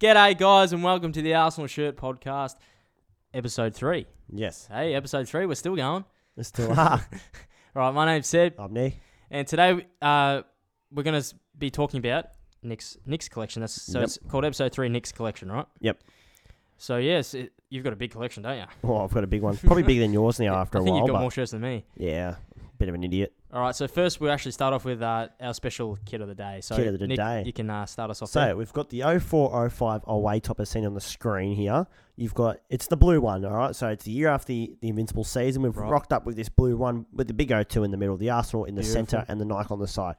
G'day, guys, and welcome to the Arsenal Shirt Podcast, episode three. Yes, Hey, episode three, we're still going. there still are. All right, my name's Seb, I'm Nick. and today uh, we're going to be talking about Nick's Nick's collection. That's so Yep. it's called episode three, Nick's collection, right? Yep. So yes, it, you've got a big collection, don't you? Oh, I've got a big one. Probably bigger than yours now after I a think while. you've got but more shirts than me. Yeah, bit of an idiot. All right, so first we'll actually start off with uh, our special kid of the day. So Kid of the Nick, day. you can uh, start us off. So there. we've got the 0405 away topper seen on the screen here. You've got it's the blue one, all right. So it's the year after the, the invincible season. We've Right. rocked up with this blue one with the big 02 in the middle, the Arsenal in the Beautiful. centre, and the Nike on the side.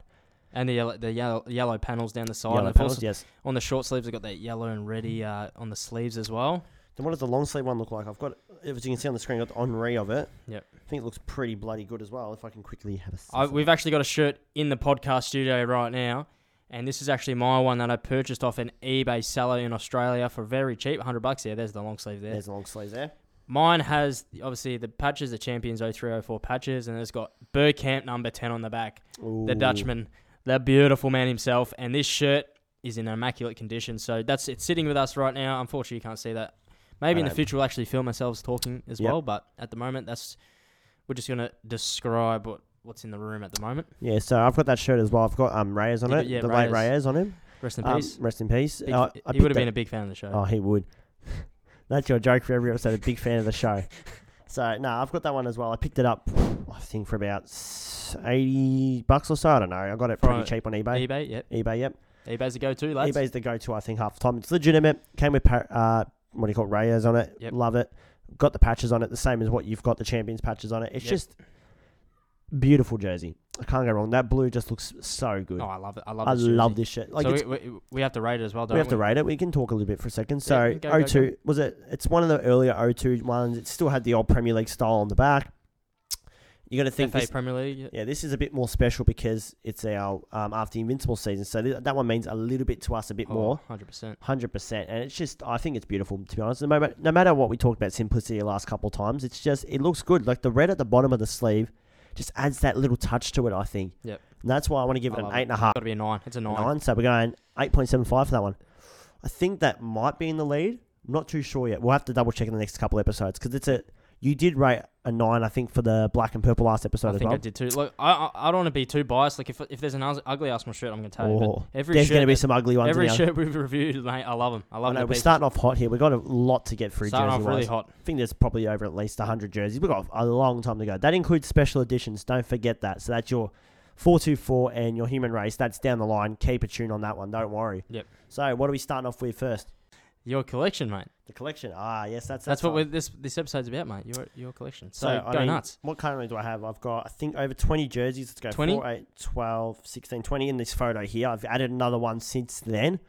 and the yellow, the yellow, yellow panels down the side. Yellow and panels, also yes. on the short sleeves, I've got that yellow and reddy uh, on the sleeves as well. Then what does the long sleeve one look like? I've got, as you can see on the screen, I've got the Henri of it. Yep. I think it looks pretty bloody good as well. If I can quickly have a. I, sniff at we've actually got a shirt in the podcast studio right now, and this is actually my one that I purchased off an eBay seller in Australia for very cheap, hundred bucks. Yeah, there's the long sleeve it. there. there's the long sleeves there. Mine has obviously the patches, the Champions 0304 patches, and it's got Burkamp number ten on the back, the Ooh. Dutchman, the beautiful man himself, and this shirt is in immaculate condition. So that's it's sitting with us right now. Unfortunately, you can't see that. Maybe I in the know. future we'll actually film ourselves talking as Yep. well, but at the moment that's we're just gonna describe what, what's in the room at the moment. Yeah, so I've got that shirt as well. I've got um Reyes on You it. got- yeah, the late Reyes. Reyes on him. Rest in Um, peace. rest in peace. Big, Uh, I he would picked have been that- a big fan of the show. Oh, he would. That's your joke for every episode. A big fan of the show. So no, I've got that one as well. I picked it up, I think for about s- eighty bucks or so. I don't know. I got it pretty From cheap on eBay. eBay, yep. eBay, yep. eBay's a go-to, lads. eBay's the go-to. I think half the time it's legitimate. Came with par- uh, what do you call it, Reyes on it. Yep. Love it. Got the patches on it, the same as what you've got the champions patches on it. It's Yep. just beautiful jersey. I can't go wrong. That blue just looks so good. Oh, I love it. I love. I this love jersey. this shit. Like so it's, we, we, we have to rate it as well, we, don't we? have to rate it. We can talk a little bit for a second. So go, go, go. 02 was it? It's one of the earlier 02 ones. It still had the old Premier League style on the back. You got to think. FA This, Premier League. yeah. yeah, this is a bit more special because it's our um, after the Invincible season. So th- that one means a little bit to us, a bit Oh, more. 100%. Hundred percent, and it's just I think it's beautiful to be honest. No matter, no matter what we talked about simplicity the last couple of times, it's just it looks good. Like the red at the bottom of the sleeve just adds that little touch to it. I think. Yep. And that's why I want to give I it an love eight and a half, Got to be a 9. It's a 9. nine. So we're going eight point seven five for that one. I think that might be in the lead. I'm not too sure yet. We'll have to double check in the next couple of episodes because it's a you did rate a nine I think for the black and purple last episode I as think well. I did too. Look, I I, I don't want to be too biased. Like if if there's an us- ugly Arsenal shirt, I'm going to tell you. Oh, But every There's shirt, going to be that- some ugly ones. every now. shirt we've reviewed, mate, I love them. I I love know them. we're starting off hot here. We've got a lot to get through. starting off jersey-wise. really hot. I think there's probably over at least 100 jerseys. We've got a long time to go. That includes special editions. Don't forget that. So that's your 424 and your human race. That's down the line. Keep a tune on that one. Don't worry. Yep. So what are we starting off with first? Your collection, mate. The collection. Ah, yes, that's That's what fine. we're, this this episode's about, mate. Your your collection. So, I go mean, nuts. What currently do I have? I've got, I think, over 20 jerseys. Let's go 20? 4, 8, 12, 16, 20 in this photo here. I've added another one since then.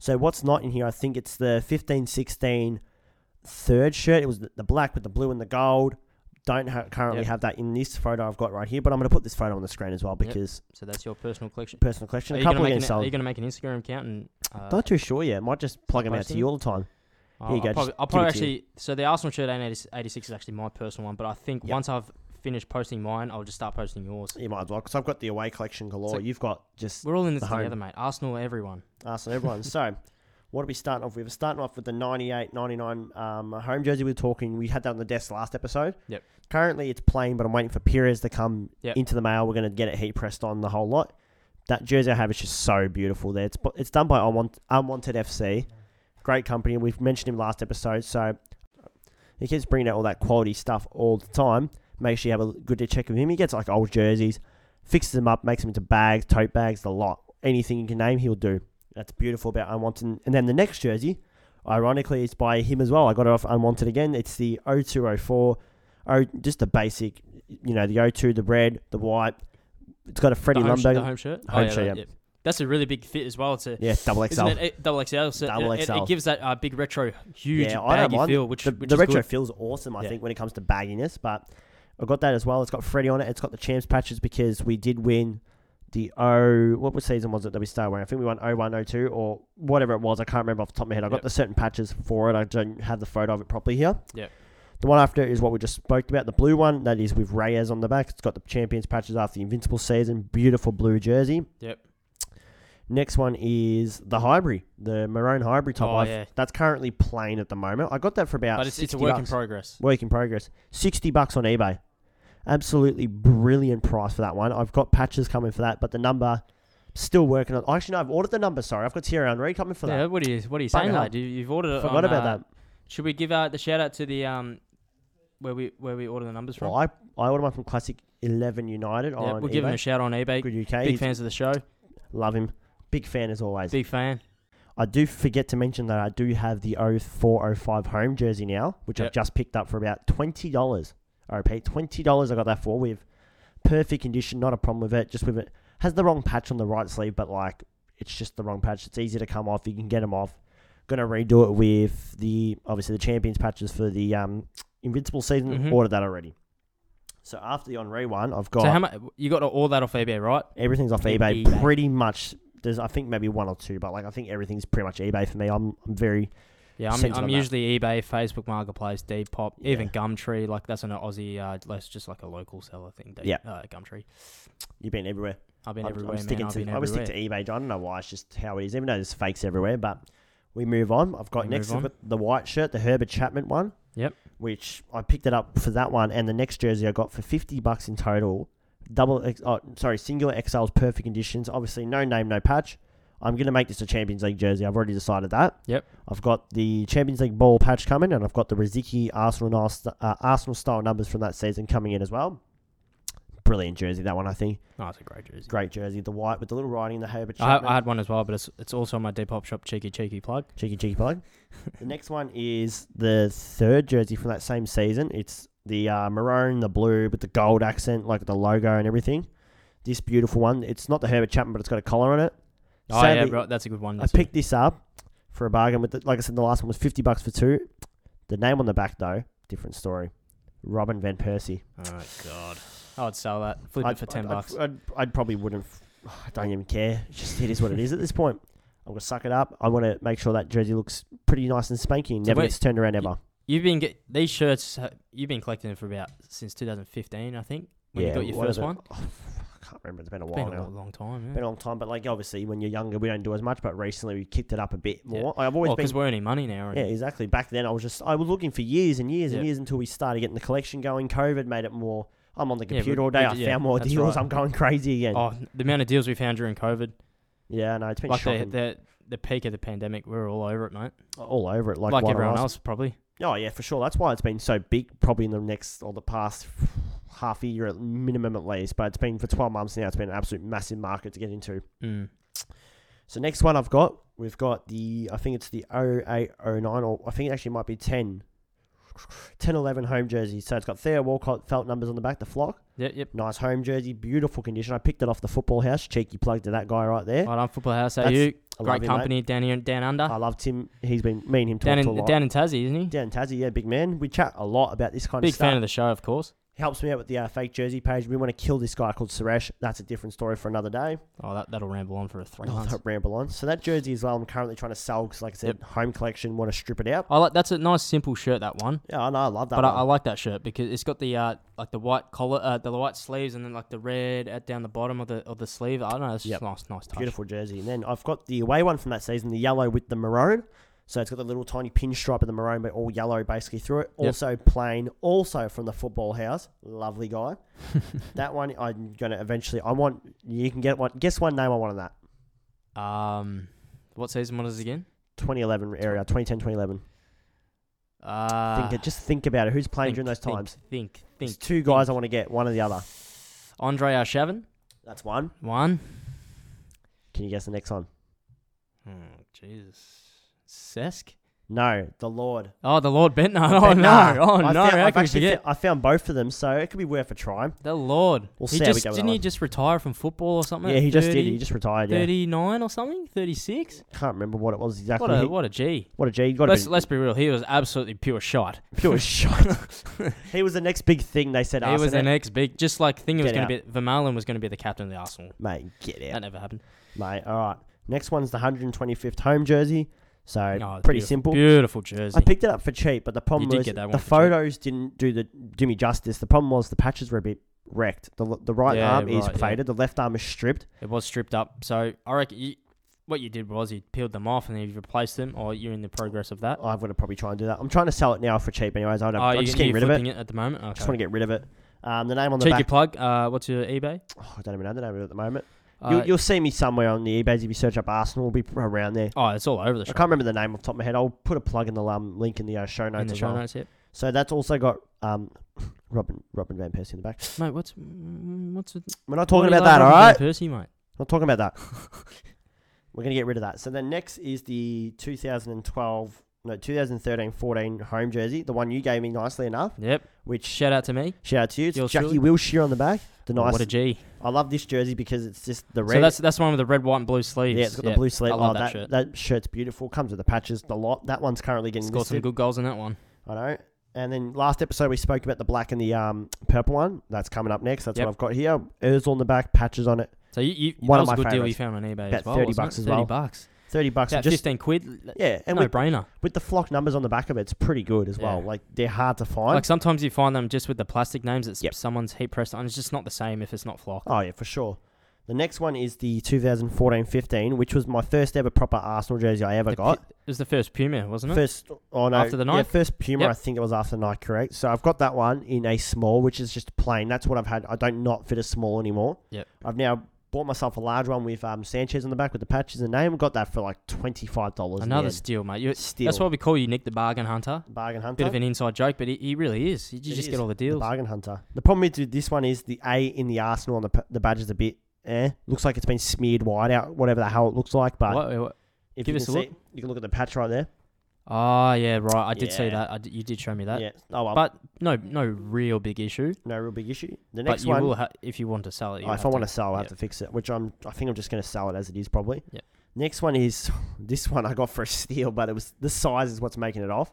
So what's not in here, I think it's the 15, 16 third shirt. It was the the black with the blue and the gold. Don't ha- currently Yep. have that in this photo I've got right here, but I'm going to put this photo on the screen as well because So that's your personal collection. personal collection. Are A you, gonna couple make again an, are you sold. gonna make an Instagram account and uh, Not too sure yet. Might just plug them out to posting? you all the time. I'll, Here I'll you go, probably, just I'll give it probably to you. actually. So the Arsenal shirt 80 86 is actually my personal one, but I think Yep. once I've finished posting mine, I'll just start posting yours. You might as well because I've got the away collection galore. So- You've got just We're all in this The home. together, mate. Arsenal, everyone. Arsenal, everyone. Ah, so, what are we starting off with? We're starting off with the 98 99 um, home jersey. We were talking, we had that on the desk last episode. Yep. Currently, it's plain, but I'm waiting for Pires to come Yep. into the mail. We're going to get it heat pressed on the whole lot. That jersey I have is just so beautiful there. It's, bu- it's done by Unwant- Unwanted FC. Great company. We've mentioned him last episode. So, he keeps bringing out all that quality stuff all the time. Make sure you have a good check of him. He gets like old jerseys, fixes them up, makes them into bags, tote bags, the lot. Anything you can name, he'll do. That's beautiful about Unwanted. And then the next jersey, ironically, is by him as well. I got it off Unwanted again. It's the 0204. Oh, just the basic, you know, the 02, the red, the white. It's got a Freddie the home, sh- the Lumberg. home shirt. Oh, Home shirt, that- yep. That's a really big fit as well. It's a yeah, double XL. isn't it a- double XL. So Double it, it- XL. It, gives that uh, big retro, huge Yeah, I don't baggy mind feel, which, the, which the is retro good. feels awesome, I Yeah. think, when it comes to bagginess. But I got that as well. It's got Freddie on it. It's got the champs patches because we did win the O. What was season was it that we started wearing? I think we won 01, 02 or whatever it was. I can't remember off the top of my head. I got Yep. the certain patches for it. I don't have the photo of it properly here. Yep. The one after is what we just spoke about, the blue one. That is with Reyes on the back. It's got the champions patches after the invincible season. Beautiful blue jersey. Yep. Next one is the Highbury, the maroon Highbury top. Oh, I've- yeah. That's currently plain at the moment. I got that for about. But it's, it's a 60 work in bucks. progress. Work in progress. 60 bucks on eBay. Absolutely brilliant price for that one. I've got patches coming for that, but the number still working on. Actually, no, I've ordered the number. Sorry, I've got Thierry Henry coming for Yeah, that. what are you what are you Fucking saying, hell. lad? You, you've ordered it. Forgot on, about uh, that. Should we give out the shout out to the um where we where we order the numbers from? Well, I I ordered one from Classic Eleven United yeah, on we'll eBay. give him a shout on eBay. Good UK. Big He's- fans of the show. Love him. Big fan as always. Big fan. I do forget to mention that I do have the 0405 home jersey now, which Yep. I've just picked up for about twenty dollars. I repeat, twenty dollars. I got that for with perfect condition, not a problem with it. Just with it has the wrong patch on the right sleeve, but like it's just the wrong patch. It's easy to come off. You can get them off. Gonna redo it with the obviously the champions patches for the um, invincible season. Mhm. Ordered that already. So after the Henri one, I've got So how much you got all that off eBay, right? Everything's off Yeah, eBay, eBay. pretty much. There's, I think, maybe one or two, but like I think everything's pretty much eBay for me. I'm, I'm very Yeah, I'm, Sent I'm on that. usually eBay, Facebook Marketplace, Depop, even Yeah. Gumtree. Like that's an Aussie, uh, that's just like a local seller thing. Deep, Yeah. uh, Gumtree. you've been everywhere. I've been I'm- everywhere, I'm man. sticking I've to been I always everywhere. stick to eBay. I don't know why. It's just how it is. Even though there's fakes everywhere, but we move on. I've got We next move I've on. got the white shirt, the Herbert Chapman one. Yep. Which I picked it up for that one, and the next jersey I got for fifty bucks in total. Double, X, oh, sorry, singular XL's perfect conditions. Obviously, no name, no patch. I'm gonna make this a Champions League jersey. I've already decided that. Yep. I've got the Champions League ball patch coming, and I've got the Riziki Arsenal nice- uh, Arsenal style numbers from that season coming in as well. Brilliant jersey that one, I think. No, it's a great jersey. Great jersey, the white with the little writing, the Herbert I, Chapman. I had one as well, but it's it's also on my Depop shop. Cheeky cheeky plug. cheeky cheeky plug. the next one is the third jersey from that same season. It's the uh, maroon, the blue with the gold accent, like the logo and everything. This beautiful one. It's not the Herbert Chapman, but it's got a collar on it. Oh Sadly- yeah, right, that's a good one. I That's picked this up for a bargain with, the, like I said, the last one was fifty bucks for two. The name on the back though, different story. Robin van Persie. Good. Oh god, I would sell that. Flip it for 10 bucks. I'd, I'd, I'd probably wouldn't. f- I don't even care. It's just it is what it is at this point. I'm gonna suck it up. I want to make sure that jersey looks pretty nice and spanky. and So Never wait, gets turned around you- ever. You've been get these shirts. uh, You've been collecting them for about since 2015, I think. When you got your what first is it? one. Oh, I can't remember. It's been a It's while been a now. lo- long time. Been Yeah. a long time, but like obviously when you're younger, we don't do as much. But recently we kicked it up a bit Yeah. more. I've always Well, been because Oh, we're earning money now. and- Yeah, exactly. Back then, I was just I was looking for years and years and Yeah. years until we started getting the collection going. COVID made it more. I'm on the Yeah, we- computer all we day. I did- yeah, found more that's deals. right. I'm going crazy again. Oh, the amount of deals we found during COVID, yeah, no, it's been like the, shocking. the the peak of the pandemic, we were all over it, mate. all over it, like, Like, one everyone last- else, probably. Oh yeah, for sure. That's why it's been so big. Probably in the next or the past half a year at minimum at least. But it's been for 12 months now. It's been an absolute massive market to get into. Mm. So next one I've got, we've got the I think it's the 0809 or I think it actually might be 10. 10 11 home jersey. So it's got Theo Walcott felt numbers on the back, the flock. Yep, yep. Nice home jersey, beautiful condition. I picked it off the football house. Cheeky plug to that guy right there. Right on football house at That's- you. I love Great him, company down here, down under, Mate. I loved him. He's been me and him down talked a in lot. down in Tassie, isn't he? Dan Tassie, yeah, big man. We chat a lot about this kind Big of stuff. fan of the show, of course. Helps me out with the uh, fake jersey page. We want to kill this guy called Suresh. That's a different story for another day. Oh, that that'll ramble on for three I'll months. not ramble on. So Oh, that jersey as well, I'm currently trying to sell because, like I said, home collection. Want to strip it out. I like that's a nice simple shirt that one, Yeah, I know. I love that. but I, one. I like that shirt because it's got the uh like the white collar, uh, the white sleeves, and then like the red at down the bottom of the of the sleeve. I don't know, it's Yep. just nice, nice touch. Beautiful jersey. And then I've got the away one from that season, the yellow with the maroon. So it's got the little tiny pinstripe of the maroon, but all yellow basically through it. Yep. Also plain, also from the football house. Lovely guy. that one I'm gonna eventually. I want you can get one. Guess one name I want on that. Um, what season was it again? 2011 area, 2010, 2011. Uh, think it, just think about it. Who's think, playing during those think, times? Think, There's think. two guys I want to get. One or the other. Andre Arshavin, That's one. one. Can you guess the next one? Oh, Jesus. Sesk? No, the Lord. Oh, the Lord Bentner. Oh, But nah, no. Oh, no. I Found, How I've can we actually forget? fo- I found both of them, so it could be worth a try. the Lord. We'll he see how we just, go with that didn't he one. just retire from football or something? Yeah, at he just did. 30, He just retired. Yeah. 39 or something? 36? can't remember what it was exactly. What He- a, what a G. What a G. You got Let's, to be let's be real. He was absolutely pure shot. pure shite. he was the next big thing they said. He was the Arsenal. next big, just like thing it was Get going to be. Vermaelen was going to be the captain of the Arsenal. Mate, get That out. never happened. Mate, all right. Next one's the 125th home jersey. So No, it's pretty beautiful- simple. Beautiful jersey. I picked it up for cheap, but the problem did was get that one the for cheap. photos didn't do the do me justice. The problem was the patches were a bit wrecked. The l- the right Yeah, arm is right, yeah. faded. The left arm is stripped. It was stripped up. So I reckon you, what you did was you peeled them off and then you replaced them, or you're in the progress of that. I'm gonna probably try and do that. I'm trying to sell it now for cheap, anyways. I don't. Oh, I'm you- just you're getting rid of it. flipping it at the moment. Okay. Just want to get rid of it. Um, the name on the Cheeky back. plug. Uh, what's your eBay? Oh, I don't even know the name of it at the moment. Uh, you'll, you'll see me somewhere on the eBays if you search up Arsenal. We'll be around there. oh, it's all over the I shop. can't remember the name off the top of my head. I'll put a plug in the um, link in the uh, show notes in the as show well. notes, yep. So that's also got um, Robin Robin van Persie in the back. Mate, what's mm, what's with- We're not talking what do you about like that, all Robin right? Van Persie, mate. Not talking about that. We're going to get rid of that. So then next is the 2012, no, 2013 14 home jersey, the one you gave me nicely enough, Yep. which Shout out to me. shout out to you. It's Yours Jackie truly. Wilshire on the back. The Oh, nice. What a G. I love this jersey because it's just the red. So that's that's the one with the red, white, and blue sleeves. yeah, it's got Yep. the blue sleeve. I love that oh, that, shirt. that shirt's beautiful. Comes with the patches, the lot. That one's currently getting Scored some listed. good goals in that one. I know. And then last episode we spoke about the black and the um, purple one. That's coming up next. That's Yep. what I've got here. Ozil on the back, patches on it. So you, you One that of was a my good deal you favourites. found on eBay as About well. 30 wasn't it? bucks as Thirty well. bucks. Thirty bucks. About and just fifteen quid. l- yeah, and No with, brainer. with the flock numbers on the back of it, it's pretty good as well. Yeah. Like they're hard to find. Like sometimes you find them just with the plastic names that s- Yep. someone's heat pressed on. It's just not the same if it's not flock. oh yeah, for sure. The next one is the 2014-15, which was my first ever proper Arsenal jersey I ever The pu- got. It was the first Puma, wasn't it? First, oh no, After the yeah, Nike? first Puma, Yep. I think it was after the Nike, correct? So I've got that one in a small, which is just plain. That's what I've had. I don't not fit a small anymore. Yep. I've now bought myself a large one with um, Sanchez on the back with the patches and name. Got that for like twenty five dollars. Another steal, mate. You, steal. that's why we call you Nick the Bargain Hunter. bargain hunter. Bit of an inside joke, but he, he really is. You It just is. get all the The deals. bargain hunter. The problem with with this one is the A in the Arsenal on the p- the badge is a bit. Eh, looks like it's been smeared white out, whatever the hell it looks like. But What- what- if give you us can a see, you can look at the patch right there. Oh, yeah, right. I did see Yeah. that. I d- you did show me that. yeah. Oh well, But no, no real big issue. no real big issue. The But next you one, will, ha- if you want to sell it, you oh, if I want to sell, I have yeah. to fix it. Which I'm, I think I'm just going to sell it as it is probably. Yep. Next one is this one I got for a steal, but it was the size is what's making it off.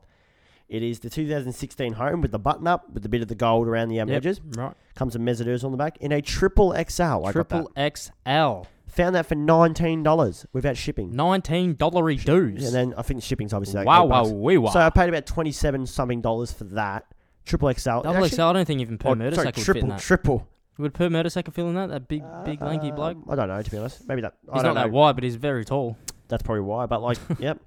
It is the 2016 home with the button up with a bit of the gold around the um, edges. Right. Comes a Mesut Ozil on the back in a triple XL. I got that. Triple XL, Found that for nineteen dollars without shipping. nineteen dollary dues. And then I think shipping's obviously like wow, eight wow, bucks. wee wow. So uh, I paid about twenty seven something dollars for that triple XL. It Double actually- XL. I don't think even per oh, sorry, motorcycle would fit in triple, that. triple. Would per motorcycle fit in that? That big, big lanky bloke. Um, I don't know to be honest. Maybe that. I He's don't not know. that wide, but he's very tall. That's probably why. But like, yep,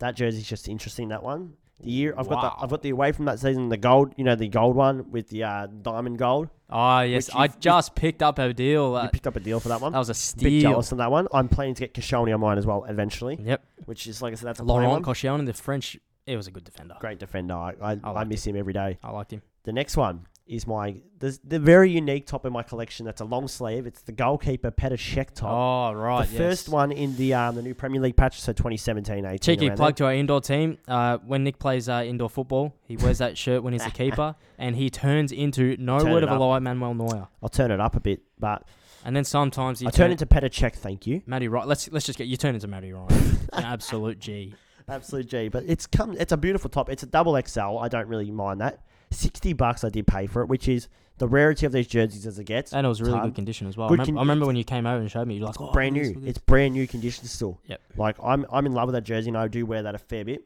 that jersey's just interesting. That one. The year I've got Wow. the I've got the away from that season the gold. You know the gold one with the uh, diamond gold. Ah, yes. Which I you've- just picked up a deal. you That, picked up a deal for that one. that was a a steal. bit jealous on that one. I'm planning to get Kashani on mine as well eventually, Yep. which is like I said, that's a plain Laurent one. Koscielny, the French. It was a good defender. Great defender. I I, I, liked miss him every day. I liked him. The next one is my the, the very unique top in my collection. That's a long sleeve. It's the goalkeeper Petr Cech top. Oh right. the first one in the um, the new Premier League patch, so 2017-18. Cheeky around plug to our indoor team. Uh, when Nick plays uh, indoor football, he wears that shirt when he's the keeper, and he turns into no Turn word it of a up. lie, Manuel Neuer. there. I'll turn it up a bit, but And then sometimes he I turn into Petr Cech. Thank you, Matty Ryan. Let's let's just get you turn into Matty Ryan, an absolute G. absolute G. But it's come. It's a beautiful top. It's a double XL. I don't really mind that. Sixty bucks I did pay for it, which is the rarity of these jerseys as it gets. And it was really Ton. good condition as well. I Good remember, I con- remember when you came over and showed me, you're like, oh, brand look at this, new. look at It's brand new condition still. Yep. Like I'm I'm in love with that jersey and I do wear that a fair bit.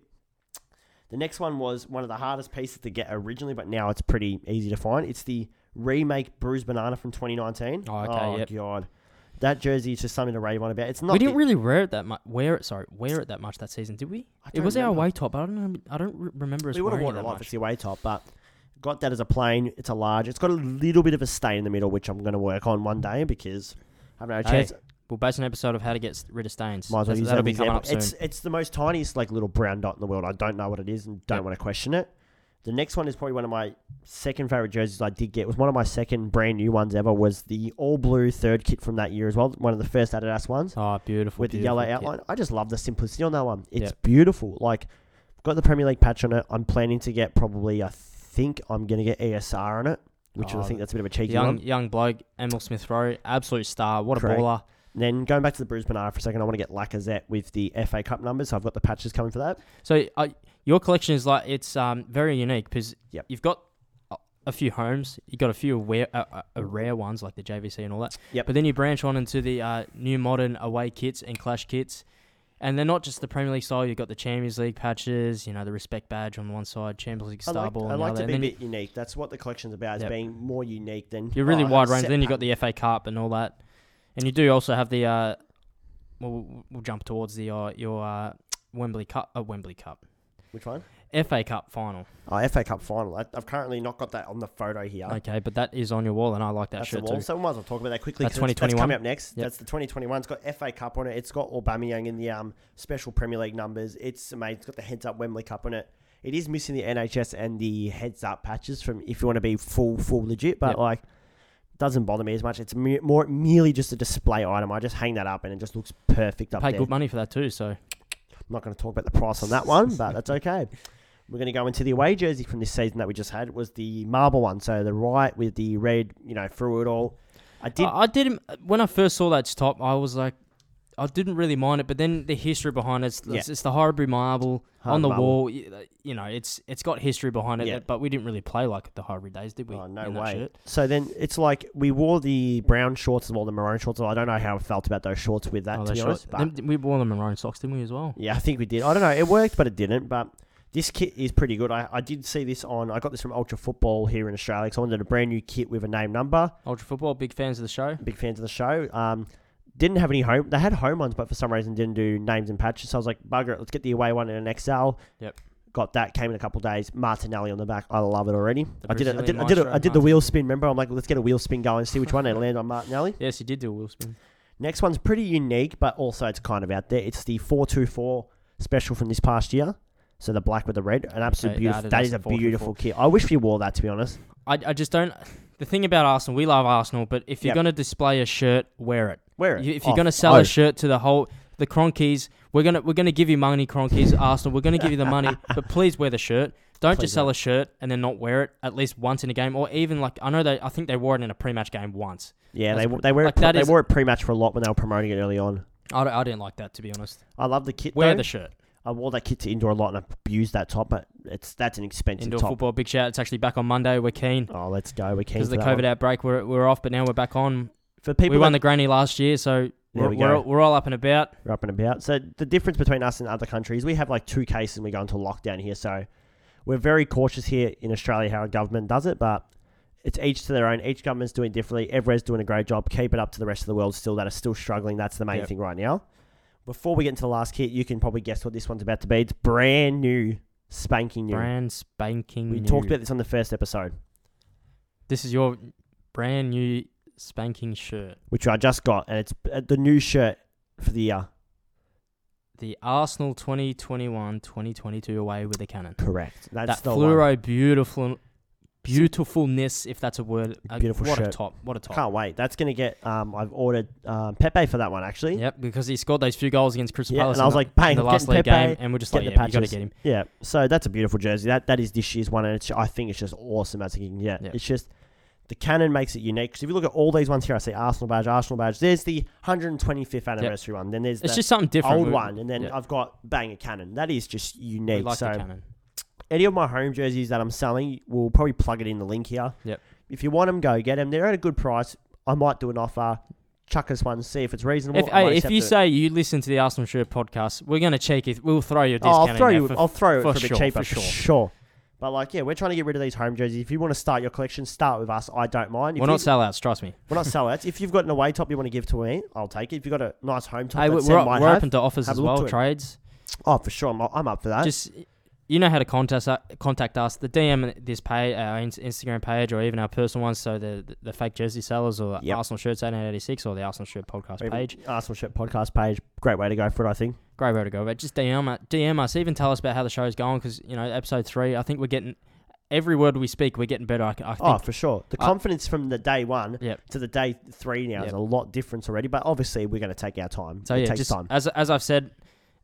The next one was one of the hardest pieces to get originally, but now it's pretty easy to find. It's the remake Bruised Banana from 2019. Oh, okay, yep. god. That jersey is just something to rave on about. It's not. we didn't the- really wear it that much. Wear it, sorry, wear it that much that season, did we? I It don't was remember. our way top, but I don't know. I don't re- remember us we would have wearing it worn that it a lot if much. it's the away top, but got that as a plain. It's a large. It's got a little bit of a stain in the middle, which I'm going to work on one day because I haven't had a Hey, chance. We'll base an episode of how to get s- rid of stains. Might as well That's- use that'll that be as an coming up example. soon. It's it's the most tiniest like little brown dot in the world. I don't know what it is and don't Yep. want to question it. The next one is probably one of my second favorite jerseys I did get. It was one of my second brand new ones ever. Was the all blue third kit from that year as well. One of the first Adidas ones oh, beautiful. with the beautiful yellow kit. outline. I just love the simplicity on that one. It's Yep. beautiful. Like got the Premier League patch on it. I'm planning to get probably. I think I'm gonna get ESR on it, which Oh, I think that's a bit of a cheeky one. Young, young bloke, Emil Smith Rowe, absolute star. What a Correct. baller. Then going back to the Brisbane R for a second, I want to get Lacazette with the FA Cup numbers. So I've got the patches coming for that. So uh, your collection is like it's um, very unique because Yep. you've got a- a few homes, you've got a few rare, uh, uh, uh, rare ones like the JVC and all that. Yep. But then you branch on into the uh, new modern away kits and clash kits, and they're not just the Premier League style. You've got the Champions League patches, you know, the respect badge on one side, Champions League I star like, ball I on like the to other. be a And then bit unique. That's what the collection's about, Yep. is being more unique than. you're really oh, wide set range. Then you've got pattern. the FA Cup and all that, and you do also have the uh, well, we'll, we'll jump towards the uh, your uh, Wembley Cup, uh, Wembley Cup, Which one? FA Cup final. Oh, FA Cup final. I, I've currently not got that on the photo here. Okay, but that is on your wall, and I like that that's the shirt wall. too. So we might as well talk about that quickly. That's 'cause it's- That's 2021. coming up next. Yep. That's the 2021. It's got FA Cup on it. It's got Aubameyang in the um, special Premier League numbers. It's amazing. It's got the heads up Wembley Cup on it. It is missing the NHS and the heads up patches from if you want to be full full legit, but Yep. like doesn't bother me as much. It's mere, more merely just a display item. I just hang that up and it just looks perfect up Pay there. good money for that too. So I'm not going to talk about the price on that one, but that's okay. We're going to go into the away jersey from this season that we just had. It was the marble one, so the right with the red, you know, through it all. I did. I, I didn't when I first saw that top, I was like, I didn't really mind it. But then the history behind it, it's, Yeah. it's the Horbury marble on Hard the marble. wall. y- You know, it's it's got history behind it. Yeah. But we didn't really play like the Horbury days, did we? oh no in that way. shirt? So then it's like we wore the brown shorts as well, the maroon shorts. I don't know how I felt about those shorts with that. Oh, to those be shorts. honest, but Them- we wore them in our own socks, didn't we as well? yeah, I think we did. I don't know. It worked, but it didn't. But this kit is pretty good. I, I did see this on. I got this from Ultra Football here in Australia. So I wanted a brand new kit with a name number. Ultra football, big fans of the show. big fans of the show. Um, didn't have any home. They had home ones, but for some reason didn't do names and patches. So I was like, bugger it. Let's get the away one in an XL. Yep. Got that. Came in a couple days. Martinelli on the back. I love it already. The I did, it, I did. I Brazilian did. it- maestro, I did the wheel spin. Remember, I'm like, let's get a wheel spin going. See which one they land on Martinelli. Yes, you did do a wheel spin. Next one's pretty unique, but also it's kind of out there. It's the four two four special from this past year. So the black with the red, an absolute Okay, beautiful. that- that that's is a the 424. beautiful kit. I wish we wore that to be honest. I, I just don't. The thing about Arsenal, we love Arsenal, but if you're Yep. going to display a shirt, wear it. Wear it. You- if you're Oh, going to sell oh. a shirt to the whole the Cronkies, we're gonna we're gonna give you money, Cronkies, Arsenal. We're gonna give you the money, but please wear the shirt. Don't Please just sell wear a shirt and then not wear it at least once in a game, or even like I know they I think they wore it in a pre-match game once. yeah, they, that's- w- they wear like, it. Pre- that they is- wore it pre-match for a lot when they were promoting it early on. I, don't- I didn't like that to be honest. I love the kit. Wear though. the shirt. I wore that kit to indoor a lot and I abused that top, but it's that's an expensive Indoor top. football, big shout. It's actually back on Monday. We're keen Oh, let's go. We're keen because for the that COVID one. outbreak. We're we're off, but now we're back on. for people. we won the that granny last year, so There we're, we we're, go. all- we're all up and about. are up and about. So the difference between us and other countries, we have like two cases and we go into lockdown here. So we're very cautious here in Australia how our government does it, but it's each to their own. Each government's doing it differently. Everywhere's doing a great job. Keep it up to the rest of the world still that are still struggling. That's the main Yep. thing right now. Before we get into the last kit, you can probably guess what this one's about to be. It's brand new, spanking new. Brand spanking. we new. talked about this on the first episode. This is your brand new spanking shirt. which I just got, and it's uh, the new shirt for the year. The Arsenal 2021-2022 away with a cannon. Correct. That's that the fluoro beautiful beautifulness, if that's a word. Uh, Beautiful what shirt. a top. What a one. top. Can't wait. That's gonna get. Um, I've ordered um, Pepe for that one actually. Yep, because he scored those few goals against Crystal Yeah, Palace and I was in like, bang, the, in the let's last get league Pepe. game, and we're just get like, the yeah, you got to patches. get him. Yeah. So that's a beautiful jersey. That that is this year's one, and it's, I think it's just awesome as you can get. Yeah. It's just. The cannon makes it unique because if you look at all these ones here, I see Arsenal badge, Arsenal badge. There's the 125th anniversary one. Then there's It's the just something different. old We- one, and then yeah. I've got bang a cannon. That is just we unique. like so the cannon. any of my home jerseys that I'm selling, we'll probably plug it in the link here. Yep. If you want them, go get them. They're at a good price. I might do an offer. Chuck us one, see if it's reasonable. If, I might hey, if accept you it. say you listen to the Arsenal Shirt podcast, we're going to check it. We'll throw you a oh, discount. I'll throw in you, there for- I'll throw it for, for a bit sure, cheaper for for sure. sure. But like, yeah, we're trying to get rid of these home jerseys. If you want to start your collection, start with us. I don't mind. If we're you, not sellouts, trust me. we're not sellouts. If you've got an away top you want to give to me, I'll take it. If you've got a nice home top, Hey, that we're, Sam we're might we're have, open to offers have as a look well, to it. trades. oh, for sure, I'm, I'm up for that. just you know how to contact us, contact us. The DM this page, our in- Instagram page, or even our personal ones. So the the fake jersey sellers, or Yep. Arsenal shirts eighteen eighty six, or the Arsenal shirt podcast Or even page. Arsenal Shirt podcast page. Great way to go for it, I think. Great way to go. But just DM us- DM us, even tell us about how the show's going, because you know episode three. I think we're getting every word we speak, we're getting better. I, c- I think. Oh, for sure. The I- confidence from the day one Yep. to the day three now is Yep. a lot different already. But obviously, we're going to take our time. so it yeah, takes just time. as as I've said.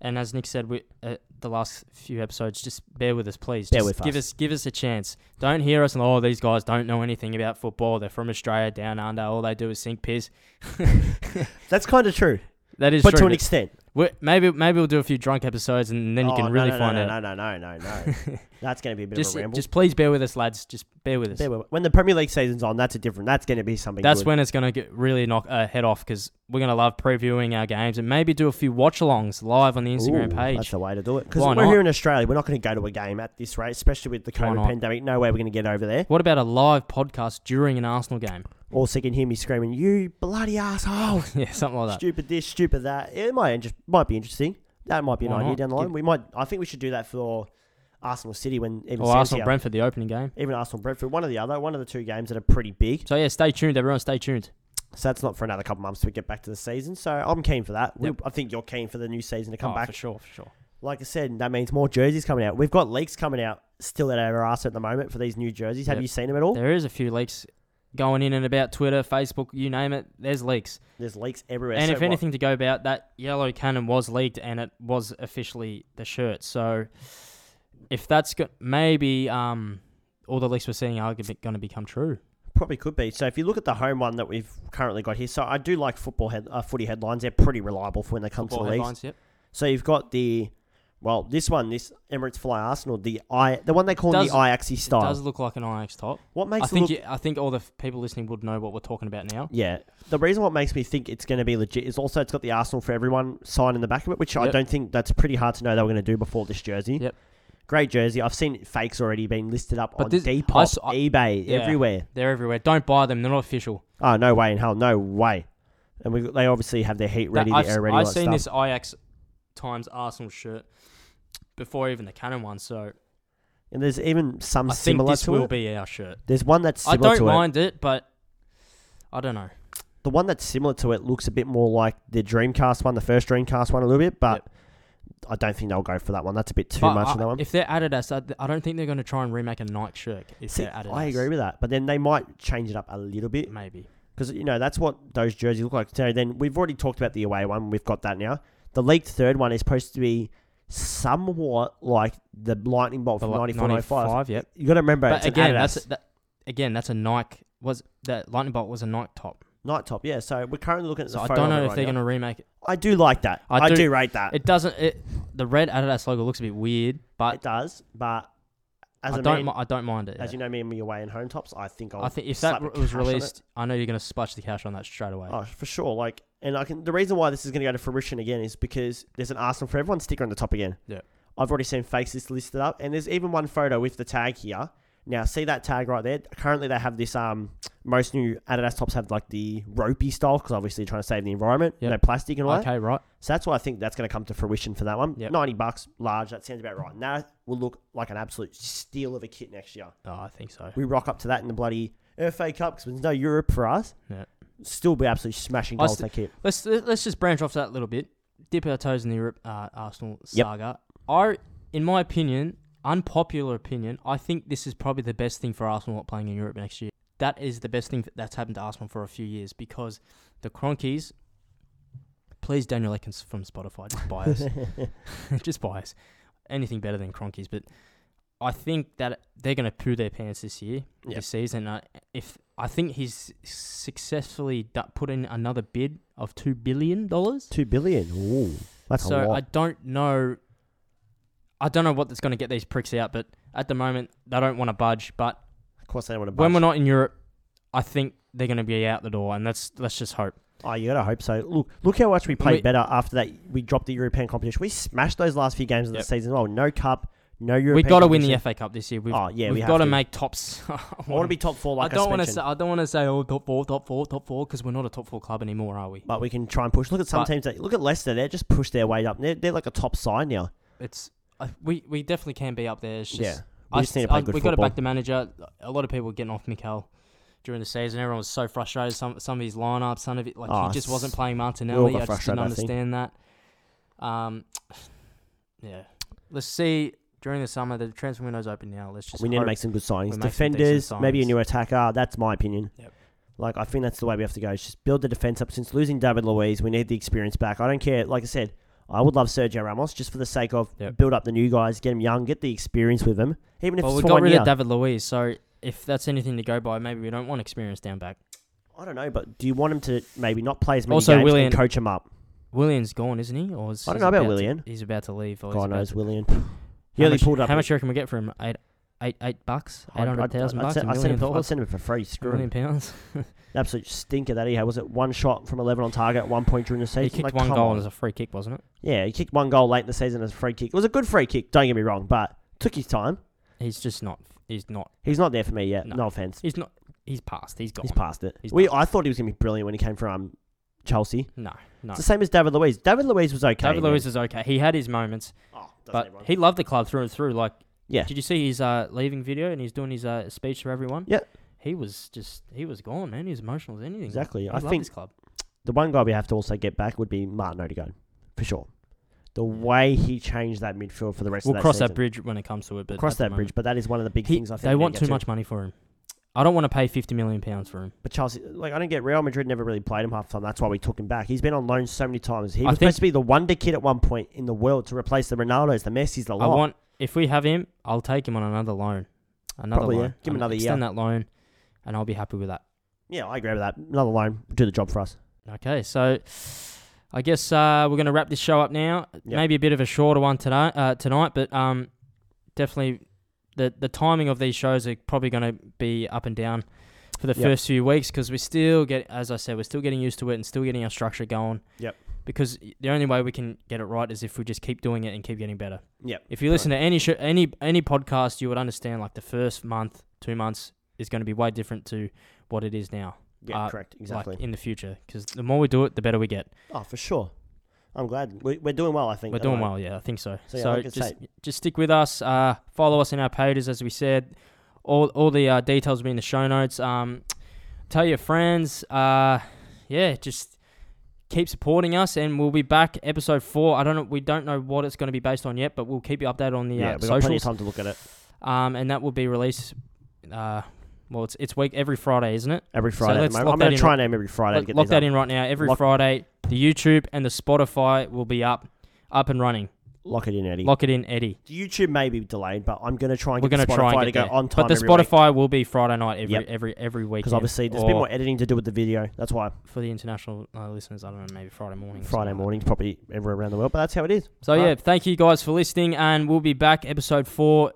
And as Nick said, we, uh, the last few episodes, just bear with us, please. Bear Just with give us. us. give us a chance. Don't hear us and oh, these guys don't know anything about football. They're from Australia, down under. All they do is sink piss. That's kind of true, That is but to true. an but extent. we- maybe maybe we'll do a few drunk episodes and then you Oh, can no, really no, find no, out. No, no, no, no, no. that's going to be a bit Just of a ramble. just please bear with us, lads. Just bear with us. There we- when the Premier League season's on, that's a different. That's going to be something. That's good. when it's gonna get really knock uh, head off because we're gonna love previewing our games and maybe do a few watch-alongs live on the Instagram Ooh, That's page. the way to do it. Because Why we're not? here in Australia, we're not going to go to a game at this rate, especially with the Why COVID not? pandemic. No way we're going to get over there. What about a live podcast during an Arsenal game? Also, can hear me screaming, "You bloody asshole! yeah, something like that. Stupid this, stupid that." It might inter- might be interesting. That might be an Why idea not? down the line. Give- We might. I think we should do that for Arsenal City when even Or Sam's Oh, Arsenal here. Brentford, the opening game. even Arsenal Brentford, one of the other, one of the two games that are pretty big. So yeah, stay tuned, everyone. Stay tuned. So that's not for another couple months till we get back to the season. So I'm keen for that. We- Yep. I think you're keen for the new season to come Oh, back. for sure, for sure. Like I said, that means more jerseys coming out. We've got leaks coming out still at our ass at the moment for these new jerseys. Have Yep. you seen them at all? There is a few leaks going in and about Twitter, Facebook, you name it. There's leaks. There's leaks everywhere. and So if what- anything to go about, that yellow cannon was leaked and it was officially the shirt. So if that's go- maybe um, all the leaks we're seeing are going to become true. Probably could be. So if you look at the home one that we've currently got here, so I do like football head, uh, footy headlines. They're pretty reliable for when they come to the leagues. yep. So you've got the well, this one, this Emirates Fly Arsenal, the I, the one they call Does- the Ajaxy It style. does look like an IX top. what I makes it think look? you, I think all the f- people listening would know what we're talking about now. yeah, the reason what makes me think it's going to be legit is also it's got the Arsenal for everyone sign in the back of it, which I Yep. don't think that's pretty hard to know they were going to do before this jersey. Yep. Great jersey. I've seen fakes already being listed up But on this- I Depop, s- I- eBay, Yeah. everywhere. They're everywhere. Don't buy them. They're not official. Oh no way in hell, no way. And we they obviously have their heat ready, That- I've, the air ready. all I've that seen stuff. this Ajax times Arsenal shirt before even the Cannon one, so and there's even some I think similar this to will it. be our shirt. There's one that's I similar don't to mind it. but I don't know. it. The one that's similar to it looks a bit more like the Dreamcast one, the first Dreamcast one, a little bit, but I don't think they'll go for that one. That's a bit too But much I, for that one. If they're Adidas, I, I don't think they're going to try and remake a Nike shirt. If See, they're Adidas, Mm. I agree with that, but then they might change it up a little bit Maybe because you know that's what those jerseys look like. So then we've already talked about the away one. We've got that now. The leaked third one is supposed to be somewhat like the lightning bolt The from li- 94.95. 95, Yep. You got to remember, But it's again, an Adidas. that's that, again that's a Nike. Was that Lightning Bolt was a Nike top? Night top, yeah. So we're currently looking at the So I photo don't of know it if right they're now. Uh, going to remake it. I do like that. I I do, do- rate that. It, It doesn't. It the red Adidas logo looks a bit weird, but does, but as I a don't. man, mi- I don't mind it. as yeah. you know, me and me away and home tops, I think I'll. I think if slap that a r- was cash on it. released, I know you're going to splash the cash on that straight away. Oh, for sure. Like, and I can. The reason why this is going to go to fruition again is because there's an Arsenal for everyone sticker on the top again. Yeah. I've already seen faces listed up, and there's even one photo with the tag here. Now, see that tag right there. Currently, they have this. Um, most new Adidas tops have like the ropey style because obviously trying to save the environment, Yep. no plastic and all that. okay, right. So that's why I think that's going to come to fruition for that one. Yep. 90 bucks, large, that sounds about right. And that will look like an absolute steal of a kit next year. Oh, I think so. We rock up to that in the bloody FA Cup because there's no Europe for us. Yep. Still be absolutely smashing I goals st- that kit. Let's let's just branch off that a little bit. Dip our toes in the Europe, uh, Arsenal Yep. saga. I, in my opinion, unpopular opinion, I think this is probably the best thing for Arsenal not playing in Europe next year. That is the best thing that's happened to Arsenal for a few years because the Cronkies. Please, Daniel Ekins from Spotify, just buy us. just buy us. Anything better than Cronkies, but I think that they're going to poo their pants this year, Yep. this season. Uh, if I think he's successfully du- put in another bid of two billion dollars, Two billion. Ooh, that's a so I lot. don't know. I don't know what that's going to get these pricks out, but at the moment they don't want to budge. But of course, they want to. when we're not in Europe, I think they're going to be out the door, and that's let's just hope. oh, you gotta hope so. Look, look how much we played we- better after that. We dropped the European competition. We smashed those last few games of Yep. the season. as Well, no cup, no European. we got to win the competition. FA Cup this year. We've, Oh yeah, we've we have got to to. make tops. I I want to be top four. Like I don't want to mentioned. say. I don't want to say oh top four, top four, top four because we're not a top four club anymore, are we? but we can try and push. Look at some But- teams that look at Leicester. They're just pushed their way up. They're, they're like a top side now. It's uh, we we definitely can be up there. It's just, yeah, I we just need to s- play I- good we got to football. back the manager. A lot of people were getting off Mikel during the season. Everyone was so frustrated. Some some of his lineups, some of it like Oh, he just wasn't s- playing Martinelli. got I just frustrated, didn't I think. understand that. Um, yeah. Let's see. During the summer, the transfer window's open now. Let's just we need to hope- make some good signings. we make some decent Defenders, maybe a signings. new attacker. That's my opinion. Yep. Like I think that's the way we have to go. is Just build the defense up. Since losing David Luiz, we need the experience back. I don't care. Like I said, I would love Sergio Ramos just for the sake of Yep. build up the new guys, get them young, get the experience with them. Even if Well, it's we for got one rid year. of David Luiz, so if that's anything to go by, maybe we don't want experience down back. I don't know, but do you want him to maybe not play as many Also, games and Willian- coach him up? Willian's gone, isn't he? Or is I don't he's know about to- Willian. he's about to leave. Or he's God about knows to- Willian. How He only much- pulled up. How much do you reckon we get for him? Eight, eight, eight bucks, eight I'd- I'd- hundred thousand I'd bucks, send- a I'd send million him for- I'd dollars, send him for free. Screw a him. million pounds. absolute stinker that he had. Was it one shot from 11 on target at one point during the season? he kicked Like, one come goal on. and it was a free kick, wasn't it? Yeah, he kicked one goal late in the season as a free kick. It was a good free kick, don't get me wrong, but took his time. He's just not. He's not. He's not there for me yet. No, No. offense. He's not. he's passed. He's gone. He's past it. He's we, done. I thought he was going to be brilliant when he came from um, Chelsea. No, no. It's the same as David Luiz. David Luiz was okay. David man. Luiz is okay. He had his moments, Oh, doesn't but everyone? he loved the club through and through. Like, Yeah. Did you see his uh, leaving video and he's doing his uh, speech to everyone? Yeah. He was just he was gone, man. He was emotional as anything. Exactly. He I loved think this club. the one guy we have to also get back would be Martin Odegaard, for sure. The way he changed that midfield for the rest We'll of that cross season. that bridge when it comes to it. But Cross at the that bridge, moment- but that is one of the big He- things I think they we're want gonna too get much money for him. I don't want to pay fifty million pounds for him. But Chelsea, like I don't get Real Madrid never really played him half the time. That's why we took him back. He's been on loan so many times. He I was think- supposed to be the wonder kid at one point in the world to replace the Ronaldos, the Messis, the I lot. want if we have him, I'll take him on another loan. Another Probably, yeah. loan. Give him Um, another year. extend that loan, and I'll be happy with that. yeah, I agree with that. Another loan do the job for us. Okay, so I guess uh, we're going to wrap this show up now. Yeah. Maybe a bit of a shorter one tonight, uh, tonight, but um, definitely the the timing of these shows are probably going to be up and down for the Yep. first few weeks because we still get, as I said, we're still getting used to it and still getting our structure going. Yep. Because the only way we can get it right is if we just keep doing it and keep getting better. Yep. If you listen to any show, any any podcast, you would understand like the first month, two months is going to be way different to what it is now Yeah, uh, correct. Exactly. like in the future because the more we do it the better we get oh, for sure. I'm glad we, we're doing well. I think we're at the doing moment. well yeah i think so so, So, yeah, like I just say- just stick with us uh follow us in our pages as we said all all the uh, details will be in the show notes um tell your friends uh yeah just keep supporting us and we'll be back episode four i don't know we don't know what it's going to be based on yet but we'll keep you updated on the Yeah, uh, we've got plenty socials of time to look at it um and that will be released uh well it's it's week every friday isn't it every So Friday. at the let's moment. lock I'm going that to in. try and aim every Friday. to Lock, get lock these that up. in right now. Every Lock- Friday, the YouTube and the Spotify will be up, up and running. Lock it in, Eddie. Lock it in, Eddie. The YouTube may be delayed, but I'm going to try and We're gonna get the Spotify try and to get go there. on time. But the Spotify will be Friday night every Yep. every every week. because obviously there's a bit more editing to do with the video. That's why for the international uh, listeners. I don't know, maybe Friday morning. or Friday something like that. mornings probably everywhere around the world. But that's how it is. So Right. yeah, thank you guys for listening, and we'll be back episode four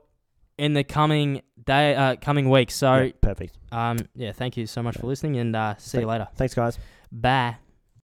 in the coming day, uh, coming week. So Yeah, perfect. um, yeah, thank you so much for listening, and uh, see you later. Thanks, guys. Bye.